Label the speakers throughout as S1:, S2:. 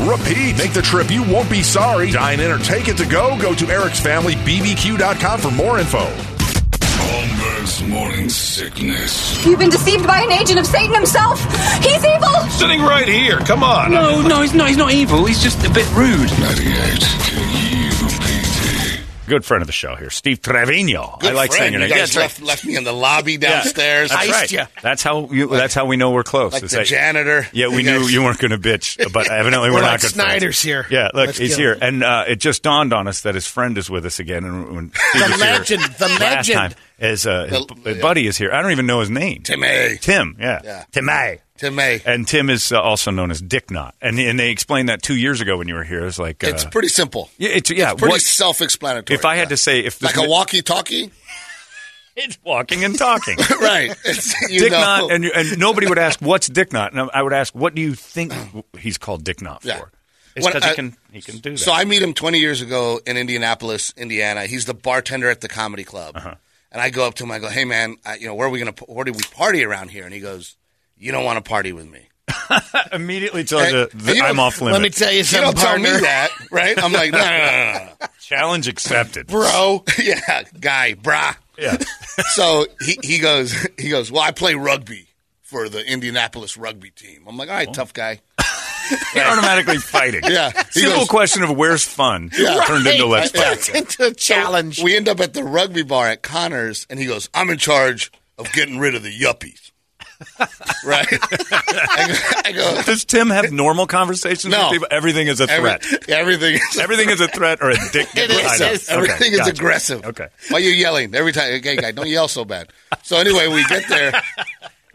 S1: repeat. Make the trip, you won't be sorry. Dine in or take it to go. Go to Eric's Family BBQ.com for more info.
S2: Holmberg's morning sickness.
S3: You've been deceived by an agent of Satan himself. He's evil.
S4: Sitting right here. Come on.
S5: No, no, he's not. He's not evil. He's just a bit rude.
S2: 98 KUPD.
S6: Good friend of the show here, Steve Trevino.
S7: Good
S6: I like
S7: friend.
S6: saying your
S7: you
S6: name.
S7: guys
S6: Yeah, that's
S7: left, left me in the lobby downstairs.
S6: That's
S7: Iced
S6: right.
S7: ya.
S6: That's how you, that's how we know we're close.
S7: Like
S6: Is
S7: the
S6: that-
S7: janitor.
S6: Yeah, we
S7: You
S6: knew
S7: guys-
S6: you weren't going to bitch, but evidently we're,
S7: We're
S6: not
S7: like
S6: good
S7: Snyder's
S6: friends.
S7: here.
S6: Yeah, look,
S7: Let's
S6: he's
S7: get
S6: here,
S7: him.
S6: and uh, it just dawned on us that his friend is with us again. And when Steve
S7: The
S6: was here
S7: legend, the
S6: last
S7: legend.
S6: time, his, uh, his
S7: The-
S6: bu- his buddy is here. I don't even know his name.
S7: Timmy.
S6: Tim. Yeah.
S7: Yeah.
S6: Timmy.
S7: Timmy.
S6: And Tim is uh, also known as Dick Knot, and and they explained that two years ago when you were here. It's like uh,
S7: It's pretty simple.
S6: Yeah, it's- yeah,
S7: pretty
S6: what-
S7: self-explanatory.
S6: If I had to say, if this
S7: like a
S6: ma-
S7: walkie-talkie,
S6: it's walking and talking.
S7: right? It's, you
S6: Dick
S7: know.
S6: Knot, and, and nobody would ask, what's Dick Knot? And I would ask, what do you think he's called Dick Knot for?
S7: Yeah.
S6: It's
S7: When
S6: because
S7: I-
S6: he, can, he can do that.
S7: So I meet him 20 years ago in Indianapolis, Indiana. He's the bartender at the comedy club,
S6: Uh-huh.
S7: and I go up to him. I go, "Hey, man, I, you know where are we gonna p- where do we party around here?" And he goes, "You don't want to party with me."
S6: immediately tells
S7: And-
S6: you
S7: and
S6: that
S7: you
S6: I'm
S7: don't-
S6: off limits.
S8: Let me tell you
S7: You
S8: something,
S7: don't tell me
S8: partner.
S7: that, right? I'm like, no, no, no, no, no.
S6: Challenge accepted.
S7: bro. yeah, guy, brah.
S6: Yeah.
S7: so he, he goes he goes well i play rugby for the indianapolis rugby team i'm like all right
S8: Oh.
S7: tough guy
S6: You're automatically fighting.
S7: Yeah. He
S6: Simple
S7: goes-
S6: question of where's fun
S7: Yeah.
S6: turned into let's fight.
S7: Right.
S8: It's into a challenge.
S7: we end up at the rugby bar at connors and he goes i'm in charge of getting rid of the yuppies right i go, I go
S6: Does Tim have normal conversations
S7: No.
S6: with people? Everything is a
S7: every,
S6: threat.
S7: everything is
S6: Everything is a threat or a dick.
S8: It is.
S6: I know.
S8: It is.
S6: Okay,
S7: Everything is
S6: gotcha.
S7: aggressive.
S6: Okay.
S7: Why are you yelling every time? Okay, guy, don't yell so bad. So anyway, we get there,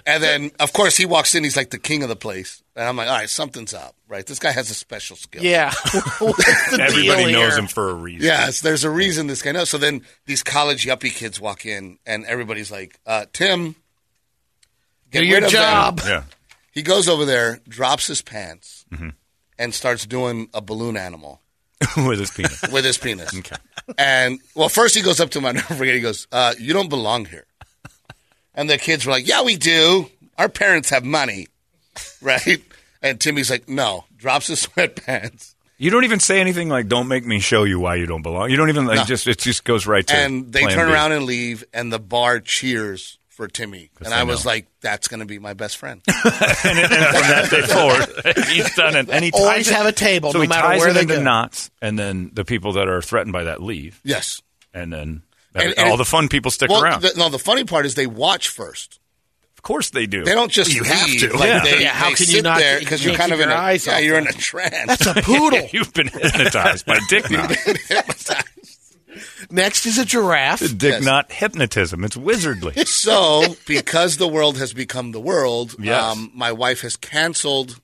S7: and then of course he walks in. He's like the king of the place, and I'm like, all right, something's up, right? This guy has a special skill.
S8: Yeah. What's the
S6: Everybody
S8: deal
S6: knows
S8: here?
S6: him for a reason.
S7: Yes, there's a reason this guy knows. So then these college yuppie kids walk in, and everybody's like, uh, Tim, get
S8: Do your
S7: rid of them.
S8: job.
S6: Yeah.
S7: He goes over there, drops his pants,
S6: Mm-hmm.
S7: and starts doing a balloon animal
S6: With his penis.
S7: with his penis. okay. And well, first he goes up to him. I never forget. He goes, uh, "You don't belong here." And the kids were like, "Yeah, we do. Our parents have money, right?" And Timmy's like, "No." Drops his sweatpants,
S6: You don't even say anything like "Don't make me show you why you don't belong." You don't even like
S7: No.
S6: just it just goes right to.
S7: and they
S6: plan
S7: turn
S6: B.
S7: around and leave. And the bar cheers for Timmy. And
S6: they
S7: I was
S6: know.
S7: like, "That's going to be my best friend."
S6: and, and from that day forward, he's done it. And he ties
S8: Always
S6: it-
S8: have a table,
S6: so
S8: no
S6: he
S8: matter
S6: ties
S8: where
S6: it
S8: they
S6: into
S8: go.
S6: knots, and then the people that are threatened by that leave,
S7: yes.
S6: and then
S7: And- and
S6: all
S7: it-
S6: the fun people stick
S7: well,
S6: around.
S7: the- no, the funny part is they watch first.
S6: of course they do.
S7: They don't just
S6: You have
S7: leave.
S6: to.
S7: Like
S6: Yeah.
S7: They,
S8: Yeah, how
S7: they
S8: can you
S7: sit
S8: not-
S7: there
S8: you
S7: because you're
S8: can't
S7: kind
S8: keep
S7: of in
S8: your
S7: a
S8: eyes
S7: yeah
S8: off
S7: you're in a trance.
S8: That's a poodle.
S6: You've been hypnotized by Dick Knot.
S8: Next is a giraffe.
S6: Dick Knot hypnotism. It's wizardly.
S7: so because the world has become the world,
S6: Yes.
S7: um, my wife has canceled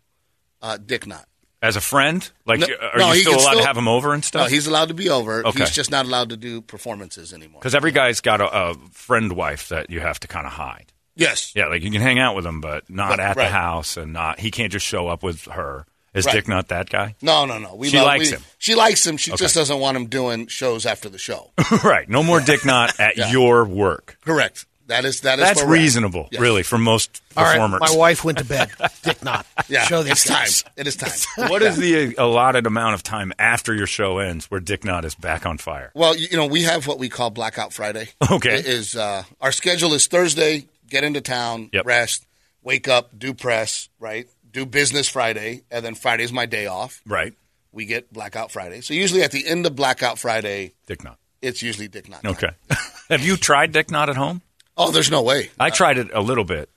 S7: uh, Dick Knot.
S6: as a friend? Like,
S7: No-
S6: are
S7: no,
S6: you
S7: he
S6: still
S7: can
S6: allowed to
S7: still-
S6: have him over and
S7: No,
S6: stuff?
S7: he's allowed to be over.
S6: Okay.
S7: He's just not allowed to do performances anymore.
S6: because every guy's got a, a friend wife that you have to kind of hide.
S7: Yes.
S6: Yeah, like you can hang out with him, but not
S7: Right,
S6: at the
S7: right.
S6: house, and not he can't just show up with her. Is
S7: Right.
S6: Dick not that guy?
S7: No, no, no. We
S6: She
S7: love-
S6: likes
S7: we-
S6: him.
S7: She likes him. She just doesn't want him doing shows after the show.
S6: right. No more Dick not at
S7: Yeah.
S6: your work.
S7: Correct. That is that is
S6: That's
S7: where we're at.
S6: reasonable,
S7: Yes.
S6: really, for most
S8: All right,
S6: performers.
S8: my wife went to bed. Dick not.
S7: Yeah,
S8: Show these
S7: it's time.
S8: guys.
S7: It is time.
S6: What is the allotted amount of time after your show ends where Dick Knott is back on fire?
S7: Well, you you know, we have what we call Blackout Friday.
S6: Okay.
S7: It is uh, our schedule is Thursday, get into town,
S6: Yep.
S7: rest, wake up, do press, right? Do business Friday, and then Friday's my day off.
S6: Right.
S7: We get Blackout Friday. So usually at the end of Blackout Friday,
S6: Dick Knott.
S7: it's usually Dick Knock.
S6: Okay. Have you tried Dick Knott at home?
S7: Oh, there's no way.
S6: I tried it a little bit.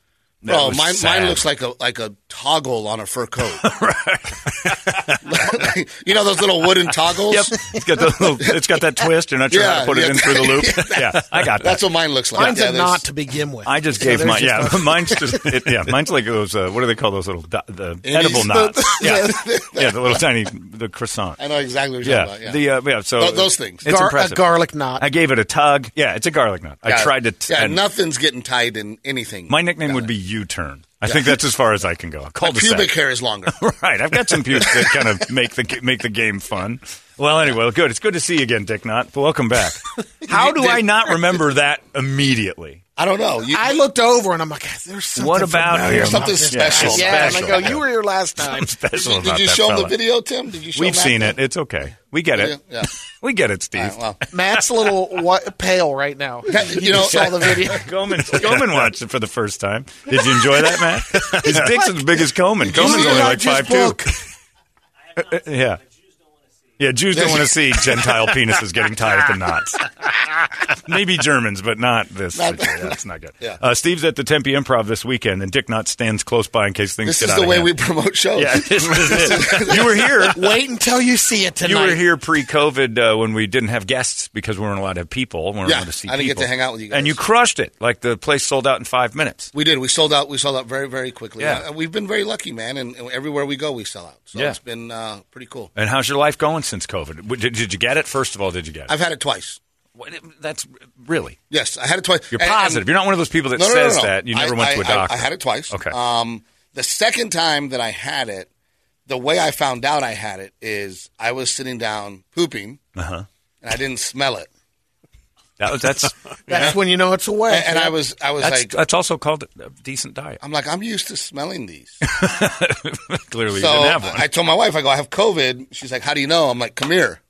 S6: That
S7: Bro,
S6: was
S7: mine,
S6: sad.
S7: mine looks like a like a toggle on a fur coat. you know those little wooden toggles?
S6: Yep. It's got, the little, it's got that twist. You're not sure how
S7: Yeah,
S6: to put it
S7: yeah.
S6: in through the loop. yeah, I got that.
S7: That's what mine looks like.
S8: Mine's
S7: Yeah,
S8: a
S7: there's-
S8: knot to begin with.
S6: I just
S8: So
S6: gave
S8: there's
S6: mine. Yeah,
S8: just a-
S6: mine's just it, yeah. Mine's like those. Uh, what do they call those little do- the edible knots? Yeah, yeah, the little tiny the croissant.
S7: I know exactly what you're
S6: Yeah,
S7: talking about.
S6: the uh, yeah. So
S7: Tho- those things.
S6: It's
S8: Gar-
S6: impressive.
S8: a garlic knot.
S6: I gave it a tug. Yeah, it's a garlic knot. I
S7: Yeah.
S6: tried to. T-
S7: yeah,
S6: and
S7: nothing's getting tied in anything.
S6: my nickname would be U-turn. I think that's as far as I can go.
S7: My
S6: Cul de
S7: pubic hair is longer.
S6: Right, I've got some pubes that kind of make the make the game fun. Well, anyway, good. It's good to see you again, Dick Knott. Welcome back. How do I not remember that immediately?
S7: I don't know. You,
S8: I looked over and I'm like, there's something.
S6: What about
S8: familiar
S6: him?
S8: about
S7: Something
S8: this
S7: special.
S8: guy.
S7: Yeah,
S8: Yeah, and I
S6: special.
S8: go, you were here last time.
S6: Special
S7: did,
S6: about
S7: you
S6: that
S7: show him the
S6: fella.
S7: video, Tim? Did you show
S6: We've
S7: Matt
S6: seen it.
S7: that?
S6: It's okay. We get it.
S7: Yeah.
S6: We get it, Steve.
S7: All right,
S8: Matt's a little what, pale right now.
S7: well, you know,
S8: Saw the video.
S6: Coleman, Coleman watched it for the first time. Did you enjoy that, Matt? His dick's as big as Coleman. Coleman's
S7: see
S6: only
S7: it on
S6: like
S7: Jew's
S6: five
S7: book?
S6: two. yeah. Yeah, Jews don't want to see Gentile penises getting tied at the knots. Maybe Germans, but not this.
S7: Not-
S6: yeah, that's not good.
S7: Yeah.
S6: Uh, Steve's at the Tempe Improv this weekend, and Dick Knott stands close by in case things
S7: this
S6: get
S7: is
S6: out
S7: the
S6: of
S7: way
S6: hand.
S7: we promote shows.
S6: yeah, this is it. You were here.
S8: Wait until you see it tonight.
S6: You were here pre-COVID uh, when we didn't have guests because we weren't allowed to have people. We weren't
S7: Yeah,
S6: allowed to see
S7: I didn't get
S6: people.
S7: to hang out with you guys.
S6: And you crushed it. Like the place sold out in five minutes.
S7: We did. We sold out. We sold out very, very quickly.
S6: Yeah.
S7: Uh, we've been very lucky, man. And and everywhere we go, we sell out. So
S6: Yeah.
S7: it's been uh, pretty cool.
S6: And how's your life going since COVID? W- Did, did you get it? First of all, did you get it?
S7: I've had it twice.
S6: What- That's really.
S7: Yes, I had it twice.
S6: You're
S7: And- and-
S6: positive. You're not one of those people that
S7: No, no, no,
S6: says
S7: no, no.
S6: that. You never
S7: I-
S6: went to a
S7: I- I-
S6: doctor.
S7: I had it twice.
S6: Okay.
S7: Um, the second time that I had it, the way I found out I had it is I was sitting down pooping,
S6: Uh-huh.
S7: and I didn't smell it,
S6: That was- that's
S8: That's when you know it's away.
S7: and, and I was I was
S6: that's,
S7: like,
S6: that's also called a decent diet.
S7: I'm like I'm used to smelling these,
S6: Clearly,
S7: so
S6: you didn't have one.
S7: I told my wife I go I have COVID. She's like, how do you know? I'm like, come here.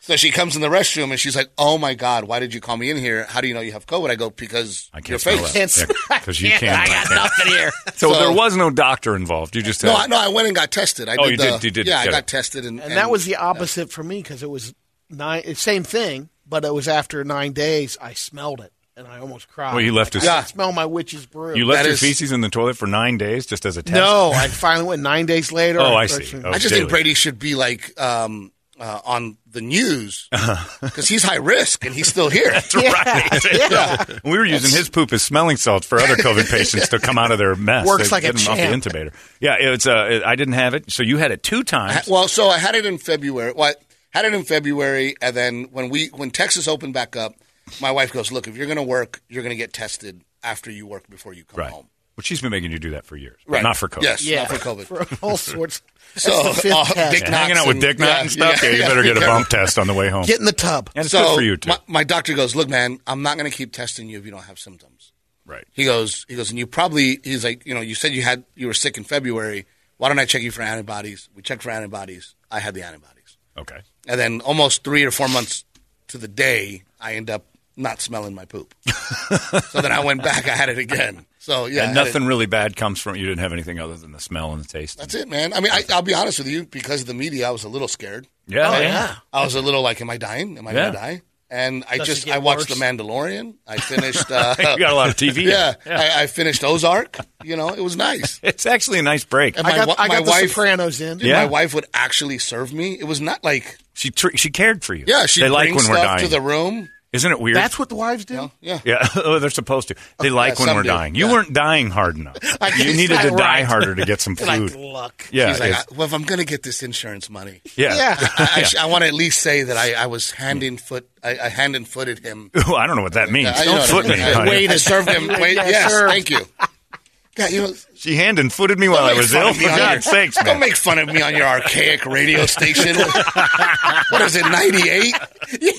S7: So she comes in the restroom and she's like, "Oh my God, why did you call me in here? How do you know you have COVID?" I go, "Because
S6: I
S7: your
S6: can't
S7: face."
S6: smell
S8: Can't
S6: that because you
S8: Yeah,
S6: can't.
S8: I got nothing here.
S6: So,
S7: So-
S6: there was no doctor involved. You just had,
S7: No, I, no, I went and got tested. I
S6: Oh,
S7: did
S6: you
S7: the-
S6: did- you did
S7: Yeah, I
S6: get
S7: got
S6: it.
S7: tested, and,
S8: And that was the opposite for me because it was nine, same thing, but it was after nine days. I smelled it and I almost cried.
S6: Well, you left
S8: like,
S6: us-
S8: I can smell my witch's brew.
S6: you left
S7: That
S6: your
S7: is-
S6: feces in the toilet for nine days just as a test.
S8: No, I finally went nine days later.
S6: Oh, I
S8: first-
S6: see. Oh.
S7: I just
S6: daily.
S7: think Brady should be like um, uh, on the news
S8: Uh-huh.
S7: because he's high risk and he's still here.
S6: Right. We were using his poop as smelling salts for other COVID patients to come out of their mess.
S8: Works
S6: They
S8: like a
S6: get them off the
S8: champ.
S6: intubator. Yeah, it's. Uh, I didn't have it, so you had it two
S7: Ha-
S6: times.
S7: well, so I had it in February. Well, I had it in February, and then when we when Texas opened back up, my wife goes, "Look, if you're going to work, you're going to get tested after you work before you come
S6: right.
S7: home."
S6: Well, she's been making you do that for years, but not for COVID.
S7: um, Yes,
S8: Yeah,
S7: not for COVID.
S8: For all sorts.
S7: So,
S8: That's the fifth
S7: uh,
S8: test.
S7: Dick
S6: Yeah,
S7: Knox
S6: hanging out with
S7: and-
S6: Dick Knott
S7: yeah,
S6: and stuff. Yeah,
S7: yeah,
S6: you
S7: yeah,
S6: better get a
S7: yeah.
S6: bump test on the way home.
S8: Get in the tub.
S6: and it's
S7: so
S6: good for you too.
S7: My, my doctor goes, "Look, man, I'm not going to keep testing you if you don't have symptoms."
S6: right.
S7: He goes, he goes, and you probably, he's like, you know, you said you had, you were sick in February. Why don't I check you for antibodies? We checked for antibodies. I had the antibodies.
S6: Okay.
S7: And then almost three or four months to the day, I end up not smelling my poop. so then I went back, I had it again. So yeah.
S6: and
S7: I had it.
S6: nothing really bad comes from it. You didn't have anything other than the smell and the taste.
S7: That's it, man. I mean, I, I'll be honest with you, because of the media, I was a little scared.
S6: Yeah.
S8: Oh,
S6: yeah.
S8: yeah.
S7: I was a little like, am I dying? Am I
S6: Yeah.
S7: going to die? And I
S8: Does it
S7: just,
S8: get
S7: I watched
S8: worse?
S7: The Mandalorian. I finished, uh,
S6: You got a lot of TV.
S7: yeah, I, I finished Ozark. You know, it was nice.
S6: It's actually a nice break.
S7: And
S8: I got,
S7: wa-
S8: I got the Sopranos in.
S6: Yeah.
S7: my wife would actually serve me. It was not like
S6: She tr- she cared for you.
S7: yeah, she
S6: they like
S7: brings
S6: when we're
S7: stuff
S6: dying.
S7: to the room.
S6: Isn't it weird?
S8: That's what the wives do.
S7: Yeah.
S6: yeah, oh, they're supposed to. They like when
S7: some
S6: we're
S7: do.
S6: dying. You
S7: Yeah.
S6: weren't dying hard enough.
S7: I guess
S6: you needed to
S7: I'm
S6: die
S7: right.
S6: harder to get some
S7: You're like,
S6: food.
S8: Luck.
S6: yeah,
S7: She's like,
S6: it's-
S7: I- well, if I'm going to get this insurance money,
S6: yeah.
S8: Yeah.
S7: I, I, want to at least say that I, I was hand in foot. I, I hand and footed him.
S6: Ooh, I don't know what that means.
S7: I- you know
S6: Don't foot
S7: what I
S6: me.
S7: mean. I,
S6: honey.
S7: Wait, I served him. Wait,
S8: Yeah,
S7: yes,
S8: served.
S7: thank you. God, you know,
S6: She hand and footed me while I
S7: make
S6: was
S7: fun
S6: ill.
S7: of me
S6: For
S7: on
S6: God's
S7: your-
S6: sakes,
S7: Don't
S6: man.
S7: make fun of me on your archaic radio station. what is it, 98?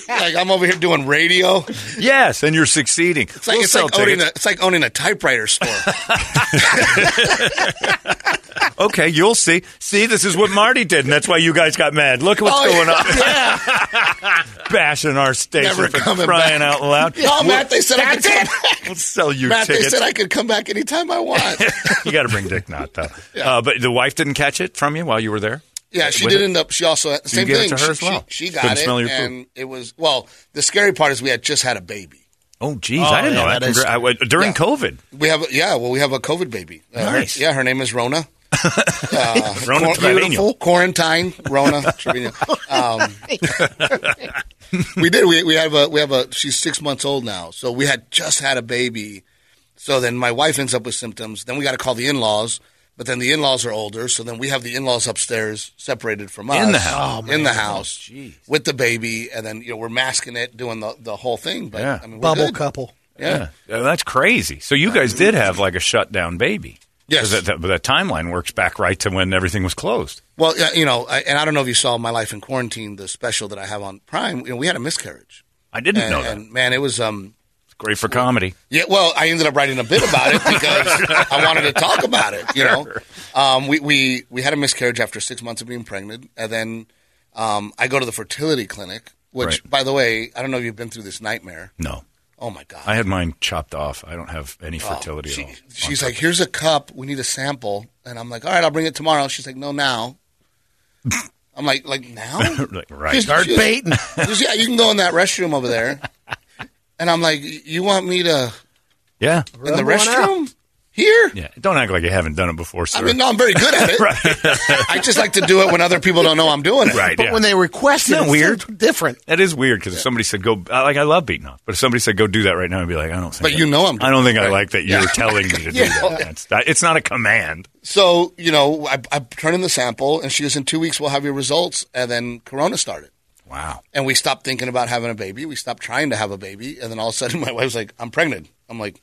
S7: Like, I'm over here doing radio. It's
S6: yes, and you're succeeding.
S7: like,
S6: We'll
S7: it's,
S6: sell
S7: like owning a,
S6: tickets.
S7: it's like owning a typewriter store.
S6: Okay, you'll see. See, this is what Marty did, and that's why you guys got mad. Look at what's
S7: Oh,
S6: going
S7: yeah.
S6: on. Bashing our station
S7: Never
S6: for
S7: coming
S6: crying
S7: back.
S6: out loud.
S7: No, Matt, they said I could come back.
S6: We'll sell you
S7: Matt, they
S6: tickets.
S7: said I could come back anytime I want.
S6: you got to bring Dick Knot, though. uh, but the wife didn't catch it from you while you were there?
S7: Yeah, she uh,
S6: With
S7: did
S6: it?
S7: end up. She also had the same
S6: gave it to
S7: thing.
S6: her
S7: she,
S6: as well.
S7: she, she
S6: Couldn't
S7: got it,
S6: smell your food.
S7: and it was well. The scary part is we had just had a baby.
S6: Oh, geez. I didn't
S8: yeah,
S6: know that.
S8: that is-
S6: Congra- I would- during
S7: Yeah.
S6: COVID.
S7: We have a- yeah, well, we have a COVID baby. Uh, her-
S6: Nice.
S7: yeah, her name is Rona. Uh,
S6: Rona Trevino.
S7: beautiful quarantine Rona Trevino. Um, we did. We, we have a we have a. She's six months old now, so we had just had a baby. So then my wife ends up with symptoms. Then we got to call the in laws. But then the in laws are older, so then we have the in laws upstairs separated from us
S6: In the house.
S7: in the house with the baby, and then you know we're masking it, doing the, the whole thing. But
S6: Yeah.
S7: I mean, we're
S8: Bubble
S7: good.
S8: couple.
S7: yeah.
S6: Yeah, that's crazy. So you guys did have like a shutdown baby.
S7: Yes.
S6: 'Cause That, that, that timeline works back right to when everything was closed.
S7: Well, yeah, you know, I, and I don't know if you saw my life in quarantine, the special that I have on Prime. You know, we had a miscarriage.
S6: I didn't
S7: and,
S6: know that.
S7: and, man, it was um.
S6: It's great for comedy.
S7: Yeah, well, I ended up writing a bit about it because I wanted to talk about it. You know, um, we we we had a miscarriage after six months of being pregnant, and then um, I go to the fertility clinic. Which,
S6: Right.
S7: by the way, I don't know if you've been through this nightmare.
S6: No.
S7: Oh my god!
S6: I had mine chopped off. I don't have any
S7: Oh,
S6: fertility
S7: she-
S6: at all.
S7: She's like, here's a cup. We need a sample. And I'm like, all right, I'll bring it tomorrow. She's like, no, now. I'm like, like now?
S6: Like, right.
S7: She's-
S8: Start
S7: she's-
S8: baiting.
S7: she's, yeah, you can go in that restroom over there. And I'm like, you want me to
S6: Yeah.
S7: in the
S8: Rub one out.
S7: restroom here?
S6: Yeah. Don't act like you haven't done it before, sir.
S7: I mean, no, I'm very good at it. I just like to do it when other people don't know I'm doing it.
S6: right.
S8: But
S6: yeah.
S8: when they request it,
S6: Isn't that
S8: it's
S6: weird?
S8: so different.
S6: That is weird because if somebody said go, I- like I love beating off, but if somebody said go do that right now, I'd be like, I don't think.
S7: But
S6: I-
S7: you know I'm
S6: I don't think I
S7: doing it,
S6: like that you're telling me to do that. That's, that. It's not a command.
S7: So, you know, I, I turn in the sample and she goes, in two weeks, we'll have your results. And then Corona started.
S6: Wow.
S7: And we stopped thinking about having a baby. We stopped trying to have a baby. And then all of a sudden, my wife's like, I'm pregnant. I'm like,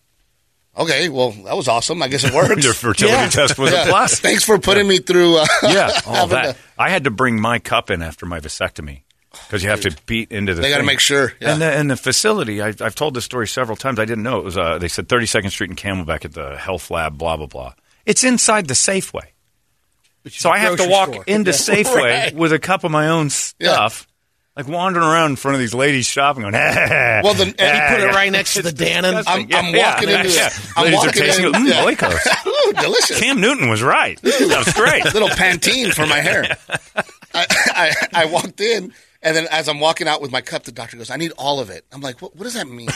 S7: okay, well, that was awesome. I guess it worked.
S6: Your fertility
S8: Yeah.
S6: test was
S7: Yeah.
S6: a plus.
S7: Thanks for putting me through. Uh,
S6: yeah, all
S7: having
S6: that.
S7: to-
S6: I had to bring my cup in after my vasectomy because you have to beat into the.
S7: They gotta
S6: thing.
S7: make sure, yeah.
S6: And the, and the facility, I, I've told this story several times. I didn't know it was. Uh, they said 32nd Street and Camelback at the Health Lab. Blah blah blah. It's inside the Safeway, so I have to
S8: grocery
S6: walk
S8: store.
S6: into
S8: Yeah.
S6: Safeway with a cup of my own stuff. Like wandering around in front of these ladies shopping, going,
S7: Well,
S6: "Ah,
S7: then- He
S8: Put
S6: yeah."
S8: it right next to the Dannon.
S7: I'm,
S6: Yeah,
S7: I'm
S6: yeah,
S7: walking
S6: yeah,
S7: into
S6: yeah.
S7: it. I'm
S6: Ladies are
S7: walking
S6: tasting
S7: in-
S6: it. Mm,
S7: yeah.
S6: Oikos.
S7: Ooh, delicious.
S6: Cam Newton was right. That was great.
S7: Little Pantene for my hair. I, I, I walked in, and then as I'm walking out with my cup, the doctor goes, I need all of it. I'm like, what, what does that mean?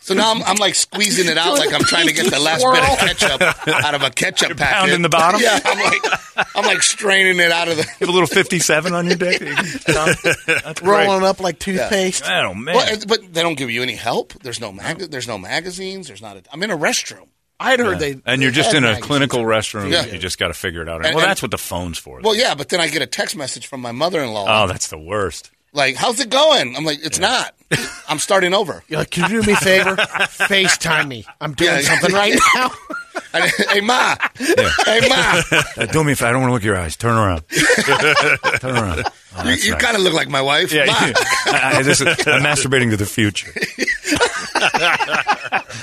S7: So now I'm, I'm like squeezing it out like I'm trying to get the last bit of ketchup out of a ketchup
S6: You're
S7: packet.
S6: pounding the bottom?
S7: Yeah, I'm like, I'm like straining it out of the.
S6: You have a little 57 on your dick. That's great.
S8: rolling up like toothpaste.
S6: Oh man!
S7: Well, and- but they don't give you any help. There's no mag. There's no magazines. There's not. A, I'm in a restroom.
S8: I'd heard they.
S6: and you're
S8: they
S6: just
S8: had
S6: in a
S8: magazines.
S6: clinical restroom.
S7: Yeah.
S6: You just got to figure it out.
S7: And-
S6: well,
S7: and-
S6: that's what the phone's for.
S7: Well, yeah, but then I get a text message from my mother-in-law.
S6: Oh, that's the worst.
S7: like, how's it going? I'm like, it's not. I'm starting over.
S8: You're like, can you do me a favor? FaceTime me. I'm doing
S7: Yeah.
S8: something right now.
S7: I- hey ma, hey ma,
S6: Uh, do me if I don't want to look at your eyes. Turn around. Turn around. Oh,
S7: you,
S6: that's
S7: you
S6: nice.
S7: kind of look like my wife.
S6: Yeah,
S7: Ma.
S6: you- I, I- this is, I'm masturbating to the future.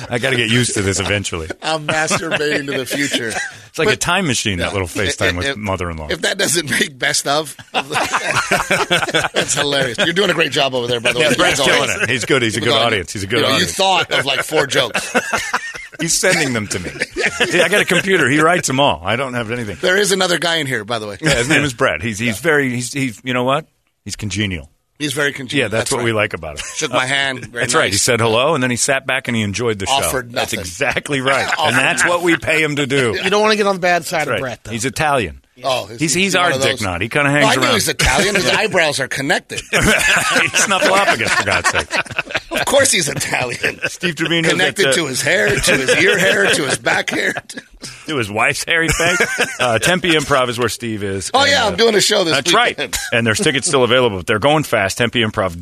S6: I got to get used to this eventually.
S7: I'm masturbating to the future.
S6: It's like a time machine. That little FaceTime with
S7: If-
S6: mother-in-law.
S7: If that doesn't make best of, that's hilarious. You're doing a great job over there, by the way.
S6: yeah, Brett's
S7: As
S6: killing
S7: always.
S6: it. He's good. He's a good
S7: Because,
S6: audience. He's a good
S7: you know, You
S6: audience.
S7: thought of like four jokes.
S6: He's sending them to me. Yeah, I got a computer. He writes them all. I don't have anything.
S7: There is another guy in here, by the way.
S6: Yeah, his name is Brett. He's he's very he's he's you know what? He's congenial.
S7: He's very congenial.
S6: Yeah, that's, what we
S7: right.
S6: like about him. Uh,
S7: Shook my hand. Very
S6: That's right. He
S7: nice.
S6: said hello, and then he sat back and he enjoyed the
S7: Offered
S6: show. That's
S7: nothing.
S6: exactly right, and that's what we pay him to do.
S8: You don't want to get on the bad side
S6: That's right.
S8: of Brett, though.
S6: He's Italian.
S7: Oh, is
S6: He's-
S7: he-
S6: he's
S7: one
S6: our
S7: of those?
S6: dick knot. He kinda hangs
S7: Oh, I
S6: around.
S7: know he's Italian. His eyebrows are connected.
S6: He's not Galapagos, for God's sake.
S7: Of course, he's Italian.
S6: Steve Trevino uh,
S7: Connected to his hair, to his ear hair, to his back hair.
S6: to his wife's hairy face. uh, Tempe Improv is where Steve is.
S7: Oh
S6: And,
S7: yeah, I'm
S6: uh,
S7: doing a show this
S6: That's
S7: weekend.
S6: right. And there's tickets still available, but they're going fast.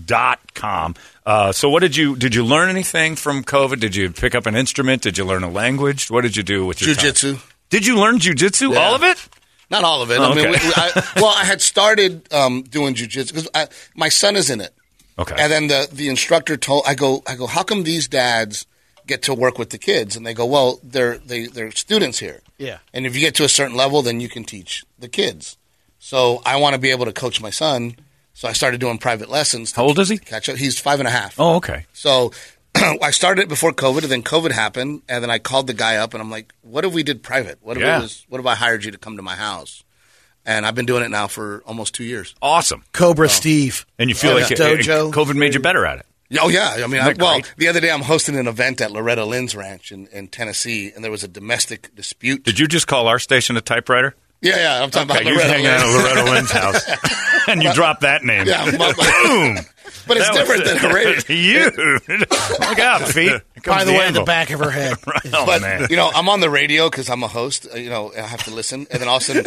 S6: TempeImprov.com. Uh, so, what did you did you learn anything from COVID? Did you pick up an instrument? Did you learn a language? What did you do with your time?
S7: Jiu-jitsu.
S6: Did you learn jujitsu? All of it?
S7: Not all of it.
S6: Oh,
S7: I mean,
S6: okay.
S7: we, we- I, well, I had started um, doing jujitsu because my son is in it.
S6: Okay.
S7: And then the the instructor told I go I go how come these dads get to work with the kids and they go well they're they, they're students here
S8: Yeah.
S7: and if you get to a certain level then you can teach the kids so I want to be able to coach my son so I started doing private lessons. to
S6: How old is he?
S7: Catch up. He's five and a half.
S6: Oh, okay.
S7: So I started it before COVID, and then COVID happened, and then I called the guy up, and I'm like, "What if we did private? What if
S6: Yeah.
S7: it was? What if I hired you to come to my house?" And I've been doing it now for almost two years.
S6: Awesome.
S8: Cobra Steve. Uh,
S6: And you feel
S7: Oh,
S6: like
S7: yeah.
S6: it- it-
S8: Dojo.
S6: COVID made you better at it.
S7: Oh yeah, I mean, I,
S6: that
S7: well,
S6: great?
S7: the other day I'm hosting an event at Loretta Lynn's ranch in, in Tennessee, and there was a domestic dispute.
S6: Did you just call our station a typewriter?
S7: Yeah, yeah, I'm talking
S6: Okay,
S7: about
S6: you were
S7: Loretta
S6: hanging out at
S7: Lynn's.
S6: Loretta Lynn's house, and you dropped that name.
S7: Yeah, my-
S6: boom.
S7: but it's different than a radio.
S6: you. Look out, feet. Here comes
S8: By the way,
S6: anvil.
S8: the back of her head.
S6: Oh,
S7: but
S6: man.
S7: you know, I'm on the radio because I'm a host. uh, You know, I have to listen, and then all of a sudden,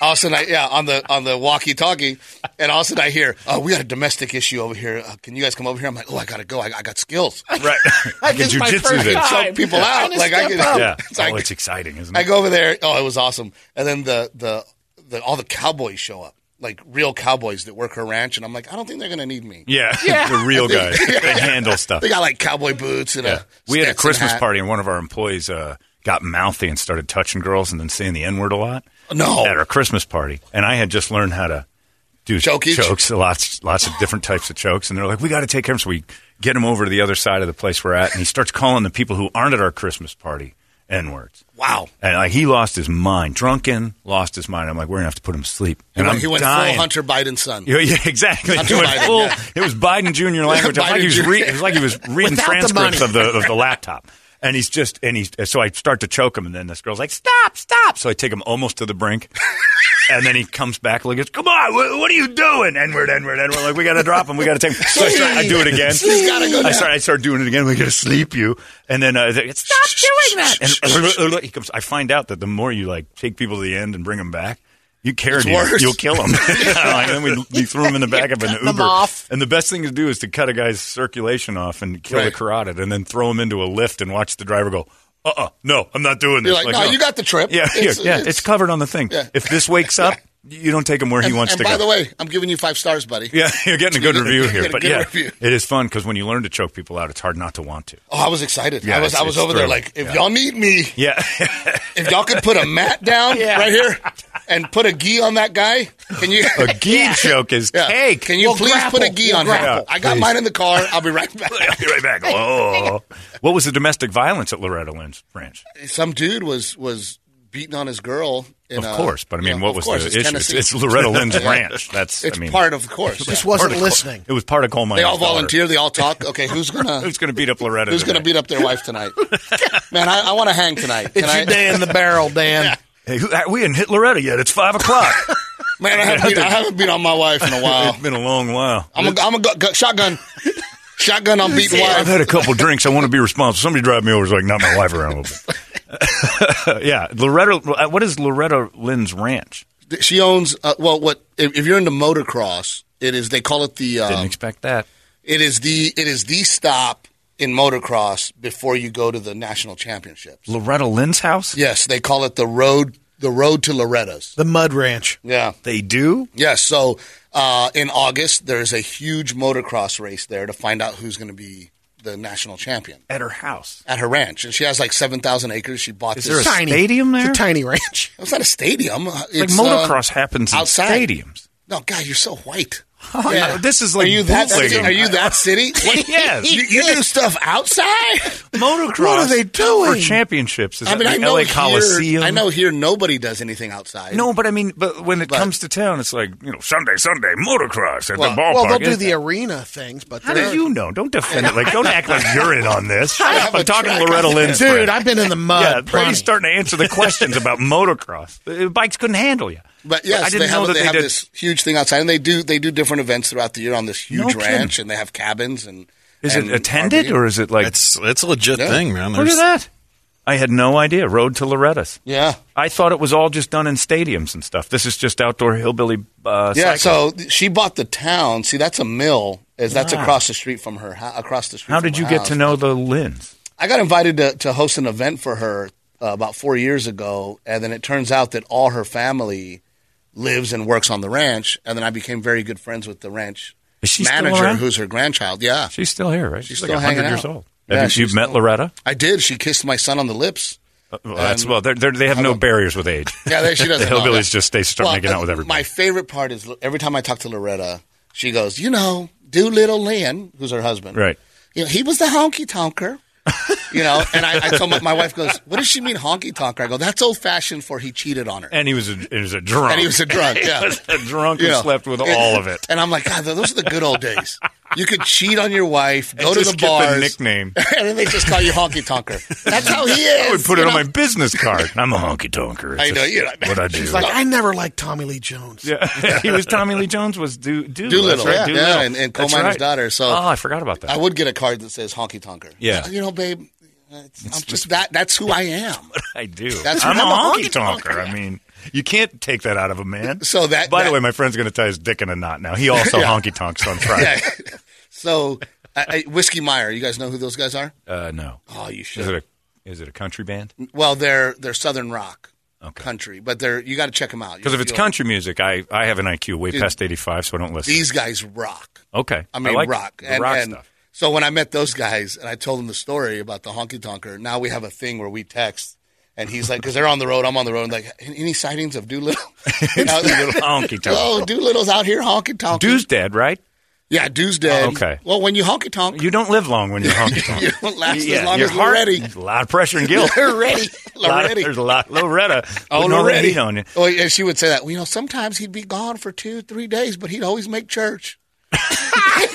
S7: all of a sudden, I, yeah, on the on the walkie-talkie, and all of a sudden I hear, "Oh, we got a domestic issue over here. Uh, can you guys come over here?" I'm like, "Oh, I gotta go. I, I got skills. I
S6: Right.
S8: Like,
S6: Get
S8: it's my
S6: jujitsu
S8: first
S6: then.
S8: time.
S7: help people out.
S8: Kinda
S7: Like I
S8: step
S7: can."
S8: up.
S6: Yeah.
S7: It's
S6: Oh,
S7: like-
S6: it's exciting, isn't it?
S7: I go over there. Oh, it was awesome. And then the the, the all the cowboys show up, like real cowboys that work her ranch, and I'm like, I don't think they're gonna need me.
S6: yeah. the real guys. They handle stuff.
S7: They got like cowboy boots and
S6: Yeah.
S7: a.
S6: We had a
S7: Stetson
S6: Christmas
S7: hat.
S6: party, and one of our employees uh, got mouthy and started touching girls and then saying the N word a lot.
S7: No.
S6: At our Christmas party. And I had just learned how to do
S7: Choke each?
S6: chokes, lots, lots of different types of chokes. And they're like, we got to take care of him. So we get him over to the other side of the place we're at, and he starts calling the people who aren't at our Christmas party N words.
S7: Wow.
S6: And like he lost his mind, drunken, lost his mind. I'm like, we're gonna have to put him to sleep. And
S7: He
S6: I'm
S7: went, he went
S6: dying.
S7: full Hunter Biden's son.
S6: Yeah, yeah, exactly.
S7: Hunter
S6: He went
S7: Biden,
S6: full-
S7: yeah.
S6: It was Biden Junior language. It was like he was
S7: Biden
S6: re-
S7: Jr.
S6: it was like he was reading
S8: Without the
S6: transcripts
S8: money.
S6: of the of the laptop. And he's just and he's so I start to choke him, and then this girl's like, "Stop, stop!" So I take him almost to the brink, and then he comes back like, "Come on, wh- what are you doing?" N-word, N-word, N-word. Like we gotta drop him, we gotta take him. So I, start, I do it again.
S7: He's gotta go
S6: I start, I start doing it again. We gotta sleep you, and then uh, it's, stop doing that. And he comes. I find out that the more you like take people to the end and bring them back, you care
S7: It's
S6: you,
S7: worse.
S6: you'll kill him. and then we, we threw him in the back of an
S8: Cut them
S6: Uber.
S8: off.
S6: And the best thing to do is to cut a guy's circulation off and kill the
S7: Right.
S6: carotid, and then throw him into a lift and watch the driver go. Uh uh no, I'm not doing this.
S7: You're like, no, you got the trip.
S6: oh, Yeah, here,
S7: It's-
S6: yeah, it's,
S7: it's-
S6: covered on the thing.
S7: Yeah.
S6: If this wakes up, you don't take him where
S7: And,
S6: he wants
S7: and
S6: to
S7: by
S6: go.
S7: the way, I'm giving you five stars, buddy.
S6: Yeah, you're getting a good
S7: You're
S6: review
S7: getting
S6: here,
S7: a
S6: but
S7: good
S6: yeah,
S7: review.
S6: it is fun because when you learn to choke people out, it's hard not to want to.
S7: Oh, I was excited.
S6: Yeah,
S7: I was
S6: it's-
S7: I was
S6: it's
S7: over there
S6: thrilling.
S7: like, if
S6: Yeah.
S7: y'all need me,
S6: Yeah,
S7: if y'all could put a mat down
S8: Yeah.
S7: right here and put a gi on that guy, can you?
S6: a gi choke is
S7: Yeah.
S6: cake.
S7: Can you
S8: We'll
S7: please
S8: grapple.
S7: put a gi
S8: We'll
S7: on him?
S6: grapple.
S7: I got
S6: Please.
S7: mine in the car. I'll be right back.
S6: I'll be right back. Oh, what was the domestic violence at Loretta Lynn's ranch?
S7: Some dude was was beating on his girl. In,
S6: of
S7: uh,
S6: course, but I mean,
S7: yeah,
S6: what
S7: of
S6: was
S7: course,
S6: the
S7: it's
S6: issue? It's,
S7: Tennessee.
S6: it's Loretta Lynn's
S7: Yeah.
S6: ranch. That's
S7: It's
S6: I mean,
S7: part of, of course.
S8: Just
S7: yeah.
S6: part
S8: wasn't
S6: of coal-
S8: listening.
S6: It was part of coal mine.
S7: They all volunteer. They all talk. Okay, who's gonna
S6: Who's going to beat up Loretta?
S7: who's gonna
S6: today?
S7: beat up their wife tonight? Man, I, I want to hang tonight. Can
S8: It's
S7: I-
S8: your day in the barrel, Dan.
S6: Hey, who, we didn't hit Loretta yet. It's five o'clock.
S7: Man, I haven't, been, I haven't been on my wife in a while.
S6: it's been a long while.
S7: I'm a, I'm a gu- gu- shotgun. Shotgun on beating
S6: I've
S7: wife.
S6: had a couple drinks. I want to be responsible. Somebody drive me over. It's like, not my wife around a little bit. yeah, Loretta. What is Loretta Lynn's ranch?
S7: She owns uh, well. What if, if you're into motocross? It is. They call it the.
S6: Didn't
S7: Um,
S6: expect that.
S7: it is the. It is the stop in motocross before you go to the national championships.
S6: Loretta Lynn's house.
S7: Yes, they call it the road. The road to Loretta's.
S8: The Mud Ranch.
S7: Yeah.
S6: They do.
S7: Yes. So uh, in August, there's a huge motocross race there to find out who's going to be the national champion
S6: at her house.
S7: at her ranch, and she has like seven thousand acres. She bought
S6: Is
S7: this.
S6: there a
S8: Tiny.
S6: stadium there?
S8: It's a tiny ranch.
S7: It's not a stadium.
S6: like
S7: It's,
S6: motocross
S7: uh,
S6: happens in
S7: outside.
S6: stadiums.
S7: No, God, you're so white.
S6: yeah. This is like
S7: are you that?
S6: bootlegging.
S7: City? Are you that city? What-
S6: Yes.
S7: You, you do stuff outside.
S6: Motocross.
S8: What are they
S6: For
S8: doing?
S6: championships. Is
S7: I
S6: that
S7: mean, I
S6: the
S7: know
S6: LA
S7: here.
S6: Coliseum.
S7: I know here nobody does anything outside.
S6: No, but I mean, but when it
S7: But-
S6: comes to town, it's like you know Sunday, Sunday motocross at
S7: Well-
S6: the ballpark.
S8: Well, they'll do
S6: Is-
S8: the arena things, but
S6: How
S8: they're-
S6: do you know? Don't defend it. Like, don't act like you're in on this.
S7: I have
S6: I'm
S7: a
S6: talking to
S7: track
S6: Loretta
S7: on
S6: Lynn's
S8: Dude,
S6: friend.
S7: uh,
S8: I've been in the mud.
S6: yeah,
S8: plenty.
S6: Brady's starting to answer the questions about motocross. The Uh, bikes couldn't handle you.
S7: But yes,
S6: I didn't
S7: they have,
S6: know that
S7: they
S6: they
S7: have
S6: did-
S7: this huge thing outside, and they do they do different events throughout the year on this
S6: No
S7: huge
S6: kidding.
S7: ranch, and they have cabins and.
S6: Is it
S7: and
S6: attended
S7: RV.
S6: or is it like?
S2: It's it's a legit
S7: Yeah.
S2: thing, man.
S6: look at
S2: There's-
S6: that. I had no idea. Road to Loretta's.
S7: Yeah,
S6: I thought it was all just done in stadiums and stuff. This is just outdoor hillbilly. Uh,
S7: yeah.
S6: cycling.
S7: So th- she bought the town. See, that's a mill. Is that's across the street from her? hou- Across the street.
S6: Ah. how
S7: from
S6: did
S7: her
S6: you get to
S7: house.
S6: know the Lins?
S7: I got invited to, to host an event for her uh, about four years ago, and then it turns out that all her family lives and works on the ranch, and then I became very good friends with the ranch
S6: Is she still
S7: manager,
S6: around?
S7: who's her grandchild. Yeah,
S6: She's still here, right?
S7: She's
S6: like
S7: still hanging
S6: 100 years
S7: out.
S6: old.
S7: Yeah,
S6: Have you,
S7: she's
S6: you've met
S7: still-
S6: Loretta?
S7: I did. She kissed my son on the lips.
S6: Uh, well, that's
S7: Um,
S6: well. They're, they're, they have
S7: I
S6: no
S7: don't-
S6: barriers with age.
S7: Yeah, they, she doesn't.
S6: the
S7: know
S6: hillbillies
S7: that.
S6: just they start
S7: Well,
S6: making out with
S7: uh,
S6: everybody.
S7: My favorite part is every time I talk to Loretta, she goes, "You know, do little Lynn, who's her husband,
S6: Right.
S7: You know, he was the honky tonker." you know, and I, I told my, my wife goes, "What does she mean honky tonker?" I go, "That's old fashioned for he cheated on her."
S6: and he was a, he was a drunk.
S7: And he was a drunk,
S6: He
S7: yeah.
S6: was a drunk who
S7: You know.
S6: slept with all of it.
S7: And I'm like, God, those are the good old days. You could cheat on your wife, go
S6: And
S7: to
S6: just
S7: the
S6: get the
S7: bars,
S6: nickname.
S7: and then they just call you honky tonker. That's how he is.
S6: I would put it
S7: you
S6: on
S7: know?
S6: my business card. I'm a honky tonker.
S7: I know, you're like-
S6: what I do.
S8: She's like, I never liked Tommy Lee Jones.
S6: yeah, he was Tommy Lee Jones was do do
S7: Doolittle,
S6: right?
S7: yeah,
S6: Doolittle.
S7: yeah, and- and coal
S6: That's
S7: miner's
S6: right.
S7: daughter, so-
S6: oh, I forgot about that.
S7: I would get a card that says honky tonker.
S6: Yeah.
S7: you know, babe, it's, I'm just that. That's who I am.
S6: I do.
S7: That's-
S6: I'm,
S7: I'm
S6: a
S7: a
S6: honky tonker. I mean, you can't take that out of a man.
S7: So that-
S6: By the
S7: that-
S6: way, my friend's going to tie his dick in a knot now. He also honky tonks on Friday.
S7: Yeah. so, I, I, Whiskey Meyer, you guys know who those guys are?
S6: Uh, no.
S7: Oh, you
S6: Is
S7: should.
S6: it a is it a country band?
S7: well, they're they're Southern rock
S6: Okay.
S7: country, but they're you got to check them out
S6: Because if it's
S7: You'll-
S6: country music, I, I have an IQ way past 85, so I don't listen.
S7: these guys rock.
S6: okay.
S7: I mean,
S6: like
S7: rock.
S6: The rock stuff.
S7: So when I met those guys and I told them the story about the honky tonker, now we have a thing where we text. And he's like, because they're on the road, I'm on the road. And like, "An- any sightings of Doolittle? Doolittle
S6: honky tonk.
S7: Oh, Doolittle's out here honky tonking.
S6: Dude's dead, right?
S7: yeah, Dew's dead.
S6: Oh, okay.
S7: Well, when you honky tonk,
S6: You don't live long when you're honky tonk.
S7: you don't last
S6: Yeah,
S7: as long
S6: your
S7: as
S6: heart-
S7: Loretti.
S6: A lot of pressure and guilt.
S7: Loretti.
S6: Lot of-
S7: Loretti.
S6: There's a lot. Loretta.
S7: Oh,
S6: putting all that
S7: Loretti.
S6: heat on you.
S7: Oh, and she would say that. Well, you know, sometimes he'd be gone for two, three days, but he'd always make church.